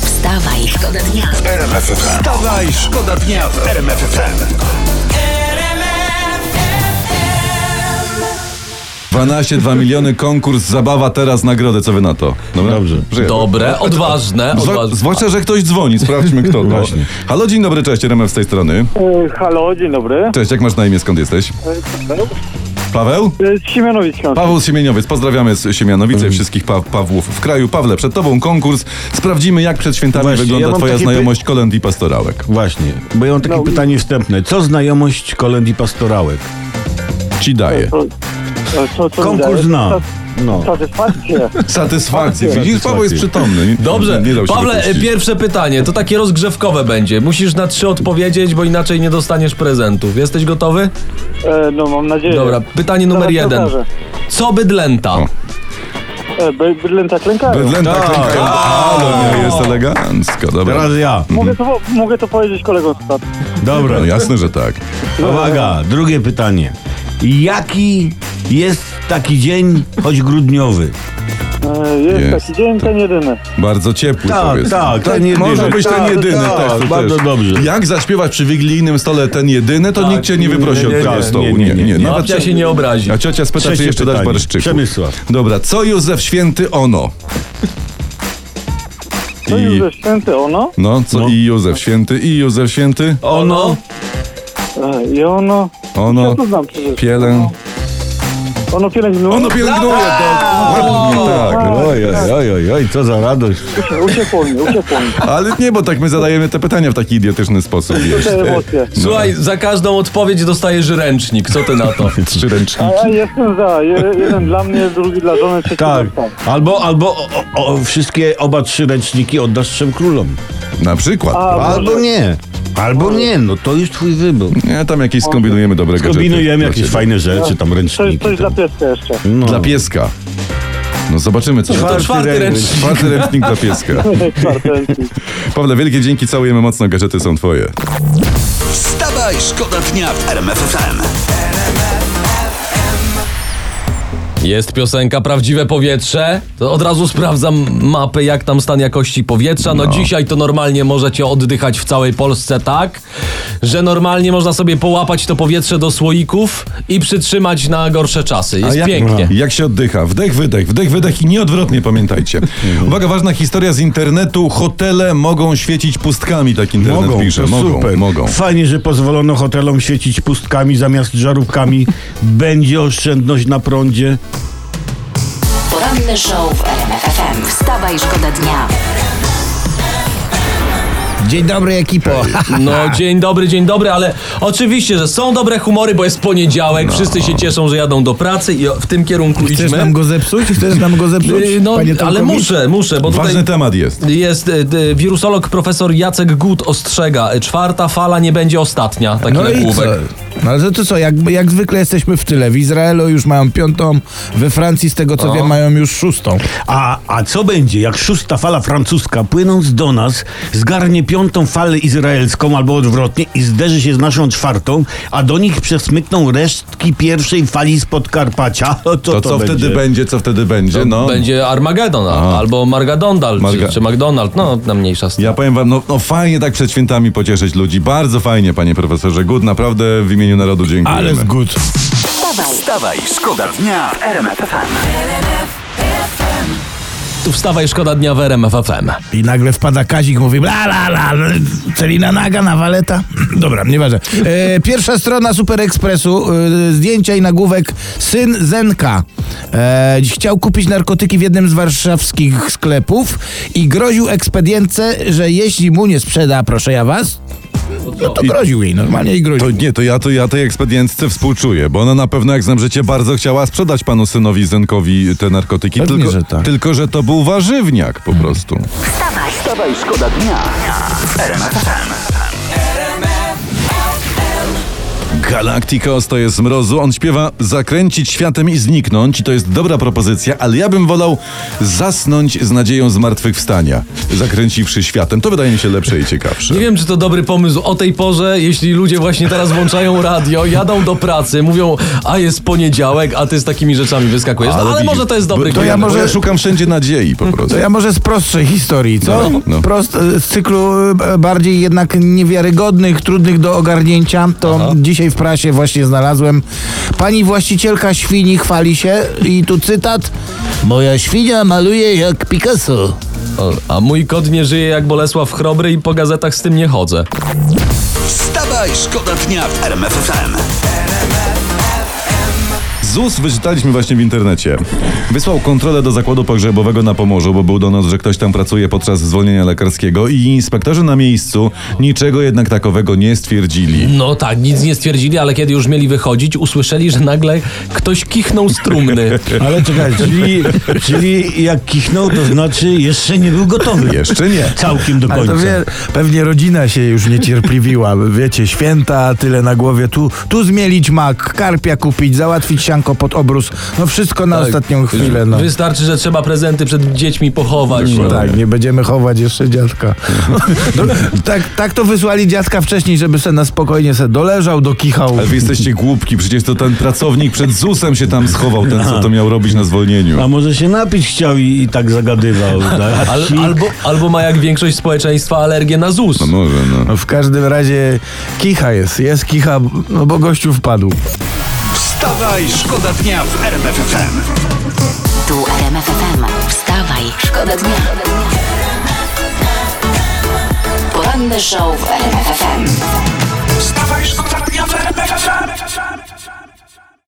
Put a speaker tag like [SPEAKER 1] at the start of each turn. [SPEAKER 1] Wstawaj, szkoda dnia.
[SPEAKER 2] Wstawaj, No szkoda dnia w RMF FM.
[SPEAKER 3] 12,2 miliony, konkurs, zabawa, teraz nagrodę. Co wy na to? Dobra? Dobrze.
[SPEAKER 4] Dobre, odważne, odważne.
[SPEAKER 3] zwłaszcza, że ktoś dzwoni. Sprawdźmy kto. No. Halo, dzień dobry, cześć, RMF z tej strony.
[SPEAKER 5] E, Halo, dzień dobry.
[SPEAKER 3] Cześć, jak masz na imię, skąd jesteś? Paweł?
[SPEAKER 5] E, Z Siemianowic Śląsk.
[SPEAKER 3] Paweł Siemieniowiec, pozdrawiamy z Siemianowice i wszystkich pa Pawłów w kraju. Pawle, przed tobą konkurs. Sprawdzimy, jak przed świętami
[SPEAKER 6] Właśnie,
[SPEAKER 3] wygląda
[SPEAKER 6] ja mam
[SPEAKER 3] twoja
[SPEAKER 6] takie py-
[SPEAKER 3] znajomość kolęd i pastorałek.
[SPEAKER 6] Właśnie, bo ja mam takie
[SPEAKER 5] No i-
[SPEAKER 6] pytanie wstępne. Co znajomość kolęd i pastorałek?
[SPEAKER 3] Ci daje.
[SPEAKER 5] To- e, Co, co
[SPEAKER 6] Konkurs
[SPEAKER 5] mi daje?
[SPEAKER 6] na... No.
[SPEAKER 5] Satysfakcję.
[SPEAKER 3] Satysfakcję. Widzisz,
[SPEAKER 6] Satysfakcję.
[SPEAKER 3] Paweł jest przytomny.
[SPEAKER 4] Dobrze,
[SPEAKER 3] Nie dał się
[SPEAKER 4] Pawle,
[SPEAKER 3] dopuścić.
[SPEAKER 4] pierwsze pytanie, to takie rozgrzewkowe będzie. Musisz na trzy odpowiedzieć, bo inaczej nie dostaniesz prezentów. Jesteś gotowy?
[SPEAKER 5] E, No mam nadzieję.
[SPEAKER 4] Dobra, pytanie numer
[SPEAKER 5] Zaraz
[SPEAKER 4] jeden.
[SPEAKER 5] pokażę.
[SPEAKER 4] Co bydlęta?
[SPEAKER 3] O.
[SPEAKER 5] E, By- Bydlęta klękają.
[SPEAKER 3] Bydlęta
[SPEAKER 6] Tak.
[SPEAKER 3] klękają. Ale nie, jest elegancko. Dobra.
[SPEAKER 6] Teraz ja.
[SPEAKER 5] Mogę to, mogę to powiedzieć kolegom z tacy.
[SPEAKER 6] Dobra.
[SPEAKER 3] No jasne, że tak.
[SPEAKER 6] Uwaga, drugie pytanie. Jaki jest taki dzień, choć grudniowy?
[SPEAKER 5] E, Jest,
[SPEAKER 3] Jest.
[SPEAKER 5] taki dzień, ten jedyny.
[SPEAKER 3] Bardzo ciepły
[SPEAKER 6] Tak,
[SPEAKER 3] powiedzmy.
[SPEAKER 6] tak, ten jedyny,
[SPEAKER 3] Może być ten
[SPEAKER 6] tak,
[SPEAKER 3] jedyny
[SPEAKER 6] tak,
[SPEAKER 3] też. to
[SPEAKER 6] bardzo
[SPEAKER 3] też.
[SPEAKER 6] dobrze.
[SPEAKER 3] Jak zaśpiewać przy wigilijnym stole ten jedyny, to nikt cię nie wyprosi
[SPEAKER 6] nie,
[SPEAKER 3] od
[SPEAKER 6] nie,
[SPEAKER 3] tego
[SPEAKER 6] nie,
[SPEAKER 3] stołu.
[SPEAKER 6] nie, nie, nie.
[SPEAKER 3] nawet-
[SPEAKER 4] Babcia się nie obrazi.
[SPEAKER 3] A ciocia spyta, czy
[SPEAKER 6] Trzecie
[SPEAKER 3] jeszcze dać
[SPEAKER 6] pytanie.
[SPEAKER 3] barszczyku.
[SPEAKER 6] Przemysław.
[SPEAKER 3] Dobra, co Józef Święty ono?
[SPEAKER 5] To
[SPEAKER 3] I,
[SPEAKER 5] No już święty ono
[SPEAKER 3] no, co
[SPEAKER 6] No.
[SPEAKER 3] i Józef Święty, i Józef Święty, No.
[SPEAKER 4] Ono?
[SPEAKER 5] e, i ono...
[SPEAKER 3] ono,
[SPEAKER 5] Ja to znam przecież.
[SPEAKER 3] pielę.
[SPEAKER 5] Ono pielęgnuje.
[SPEAKER 3] Ono pielęgnuje, tak. Ładnie, tak.
[SPEAKER 6] Oj, oj, oj, oj, oj, co za radość.
[SPEAKER 5] Uciekło mi, uciekło mi.
[SPEAKER 3] Ale nie, bo tak my zadajemy te pytania w taki idiotyczny sposób. wiesz.
[SPEAKER 5] Te emocje.
[SPEAKER 4] Słuchaj, za każdą odpowiedź dostajesz ręcznik. Co ty na to?
[SPEAKER 3] Trzy ręczniki.
[SPEAKER 5] A ja jestem za. Je, jeden dla mnie, drugi dla żony, trzeci
[SPEAKER 6] Tak.
[SPEAKER 5] dla psa.
[SPEAKER 6] Albo, albo o, o, wszystkie oba trzy ręczniki oddasz trzem królom.
[SPEAKER 3] Na przykład.
[SPEAKER 5] A,
[SPEAKER 6] Albo
[SPEAKER 5] może-
[SPEAKER 6] nie. Albo nie, no to już twój wybór.
[SPEAKER 3] Nie, tam jakieś skombinujemy dobrego
[SPEAKER 6] Kombinujemy
[SPEAKER 3] gadżetu.
[SPEAKER 6] jakieś fajne rzeczy, tam
[SPEAKER 5] Coś,
[SPEAKER 6] ręczniki.
[SPEAKER 5] coś dla
[SPEAKER 6] tam.
[SPEAKER 5] pieska jeszcze.
[SPEAKER 6] No.
[SPEAKER 3] Dla pieska. No zobaczymy, co
[SPEAKER 4] To
[SPEAKER 3] to
[SPEAKER 4] czwarty ręcznik.
[SPEAKER 3] Czwarty ręcznik dla pieska.
[SPEAKER 5] Kwartenki.
[SPEAKER 3] Pawle, wielkie dzięki, całujemy mocno, gadżety są twoje.
[SPEAKER 2] Wstawaj, szkoda dnia w RMF FM.
[SPEAKER 4] Jest piosenka Prawdziwe Powietrze. To od razu sprawdzam mapę, jak tam stan jakości powietrza. No, dzisiaj to normalnie możecie oddychać w całej Polsce tak, że normalnie można sobie połapać to powietrze do słoików i przytrzymać na gorsze czasy. Jest
[SPEAKER 3] jak,
[SPEAKER 4] pięknie.
[SPEAKER 3] Jak się oddycha? Wdech, wydech, wdech, wydech i nieodwrotnie pamiętajcie.
[SPEAKER 4] Mhm.
[SPEAKER 3] Uwaga, ważna historia z internetu. Hotele mogą świecić pustkami, tak internet
[SPEAKER 6] Mogą,
[SPEAKER 3] pisze.
[SPEAKER 6] to
[SPEAKER 3] Mogą,
[SPEAKER 6] super.
[SPEAKER 3] mogą.
[SPEAKER 6] Fajnie, że pozwolono hotelom świecić pustkami zamiast żarówkami. Będzie oszczędność na prądzie.
[SPEAKER 1] Poranny show w RMF FM. Wstawaj, szkoda dnia.
[SPEAKER 6] Dzień dobry ekipo.
[SPEAKER 4] No, dzień dobry, dzień dobry, ale oczywiście, że są dobre humory, bo jest poniedziałek, wszyscy się cieszą, że jadą do pracy i w tym kierunku
[SPEAKER 7] No. Chcesz
[SPEAKER 4] idźmy.
[SPEAKER 7] nam go zepsuć? Chcesz nam go zepsuć?
[SPEAKER 4] Yy, No,
[SPEAKER 7] panie Tomkowicz?
[SPEAKER 4] ale muszę, muszę, bo tutaj...
[SPEAKER 3] Ważny temat jest.
[SPEAKER 4] Jest y, y, wirusolog profesor Jacek Gut ostrzega, y, czwarta fala nie będzie ostatnia. Taki
[SPEAKER 7] No i co?
[SPEAKER 4] nagłówek.
[SPEAKER 7] No ale to, to co, jak, jak zwykle jesteśmy w tyle. W Izraelu już mają piątą, we Francji z tego co wiem mają już szóstą.
[SPEAKER 6] A, a co będzie, jak szósta fala francuska, płynąc do nas, zgarnie piątą falę izraelską albo odwrotnie i zderzy się z naszą czwartą, a do nich przesmykną resztki pierwszej fali z Podkarpacia? To,
[SPEAKER 3] To,
[SPEAKER 6] to,
[SPEAKER 3] co wtedy będzie, co wtedy będzie? No.
[SPEAKER 4] Będzie Armagedon
[SPEAKER 3] A.
[SPEAKER 4] albo Margadondal,
[SPEAKER 3] Marga-
[SPEAKER 4] czy, czy McDonald, no na mniejsza z tym.
[SPEAKER 3] Ja powiem wam, no, no fajnie tak przed świętami pocieszyć ludzi. Bardzo fajnie, panie profesorze Good. Naprawdę w imieniu narodu dziękujemy.
[SPEAKER 7] Ale w gut.
[SPEAKER 1] Wstawaj,
[SPEAKER 2] Wstawaj, szkoda dnia w RMF FM.
[SPEAKER 4] Tu wstawaj, szkoda dnia w RMF FM.
[SPEAKER 7] I nagle wpada Kazik, mówi la la la, la, Celina Naga na waleta. Dobra, nieważne. E, pierwsza strona Super Expressu, e, zdjęcia i nagłówek. Syn Zenka e, chciał kupić narkotyki w jednym z warszawskich sklepów i groził ekspedientce, że jeśli mu nie sprzeda, proszę ja was, no to groził jej normalnie i groził.
[SPEAKER 3] To nie, to ja, to ja tej ekspedientce współczuję, bo ona na pewno, jak znam życie, bardzo chciała sprzedać panu synowi Zenkowi te narkotyki.
[SPEAKER 7] Pewnie,
[SPEAKER 3] tylko,
[SPEAKER 7] że tak. Hmm.
[SPEAKER 3] tylko, że to był warzywniak po prostu.
[SPEAKER 1] wstawaj.
[SPEAKER 2] Wstawaj, szkoda dnia w RMF FM.
[SPEAKER 3] Galacticos to jest mrozu. On śpiewa zakręcić światem i zniknąć. I to jest dobra propozycja, ale ja bym wolał zasnąć z nadzieją zmartwychwstania, zakręciwszy światem. To wydaje mi się lepsze i ciekawsze.
[SPEAKER 4] Nie wiem, czy to dobry pomysł o tej porze, jeśli ludzie właśnie teraz włączają radio, jadą do pracy, mówią, a jest poniedziałek, a ty z takimi rzeczami wyskakujesz. No, ale
[SPEAKER 3] widzisz,
[SPEAKER 4] może to jest dobry
[SPEAKER 3] bo- To
[SPEAKER 4] kierunek.
[SPEAKER 3] ja, może...
[SPEAKER 7] może-
[SPEAKER 3] ja szukam wszędzie nadziei po prostu.
[SPEAKER 7] To ja może z prostszej historii, co?
[SPEAKER 3] No, no.
[SPEAKER 7] Prost, e, z cyklu e, bardziej jednak niewiarygodnych, trudnych do ogarnięcia, to dzisiaj w prasie właśnie znalazłem. Pani właścicielka świni chwali się i tu cytat. Moja świnia maluje jak Picasso.
[SPEAKER 4] O, A mój kot nie żyje jak Bolesław Chrobry i po gazetach z tym nie chodzę.
[SPEAKER 2] Wstawaj, szkoda dnia w RMF FM.
[SPEAKER 3] ZUS wyczytaliśmy właśnie w internecie. Wysłał kontrolę do zakładu pogrzebowego na Pomorzu, bo był donos, że ktoś tam pracuje podczas zwolnienia lekarskiego i inspektorzy na miejscu niczego jednak takowego nie stwierdzili.
[SPEAKER 4] No tak, nic nie stwierdzili, ale kiedy już mieli wychodzić, usłyszeli, że nagle ktoś kichnął z trumny.
[SPEAKER 7] Tak.
[SPEAKER 6] Ale czekaj, czyli, czyli jak kichnął, to znaczy jeszcze nie był gotowy.
[SPEAKER 3] Jeszcze nie.
[SPEAKER 6] Całkiem do
[SPEAKER 8] Ale
[SPEAKER 6] końca.
[SPEAKER 8] to wie, pewnie rodzina się już niecierpliwiła. Wiecie, święta, tyle na głowie. Tu, tu zmielić mak, karpia kupić, załatwić sianko pod obrus. No wszystko
[SPEAKER 7] Tak.
[SPEAKER 8] na ostatnią chwilę. No.
[SPEAKER 4] Wystarczy, że trzeba prezenty przed dziećmi pochować. No.
[SPEAKER 8] Tak, nie będziemy chować jeszcze dziadka. No, tak, tak to wysłali dziadka wcześniej, żeby se na spokojnie se doleżał, dokichał.
[SPEAKER 3] Ale wy jesteście głupki, przecież to ten pracownik przed ZUS-em się tam schował, ten co to miał robić na zwolnieniu.
[SPEAKER 6] A może się napić chciał i, i tak zagadywał. tak?
[SPEAKER 4] Al, albo, albo ma jak większość społeczeństwa alergię na ZUS.
[SPEAKER 3] No może, no.
[SPEAKER 8] No, w każdym razie kicha jest, jest kicha, no bo gościu wpadł.
[SPEAKER 2] Wstawaj, szkoda dnia w RMF FM.
[SPEAKER 1] Tu RMF FM. Wstawaj, szkoda dnia. Poranny show w RMF FM.
[SPEAKER 2] Wstawaj, szkoda dnia w RMF FM.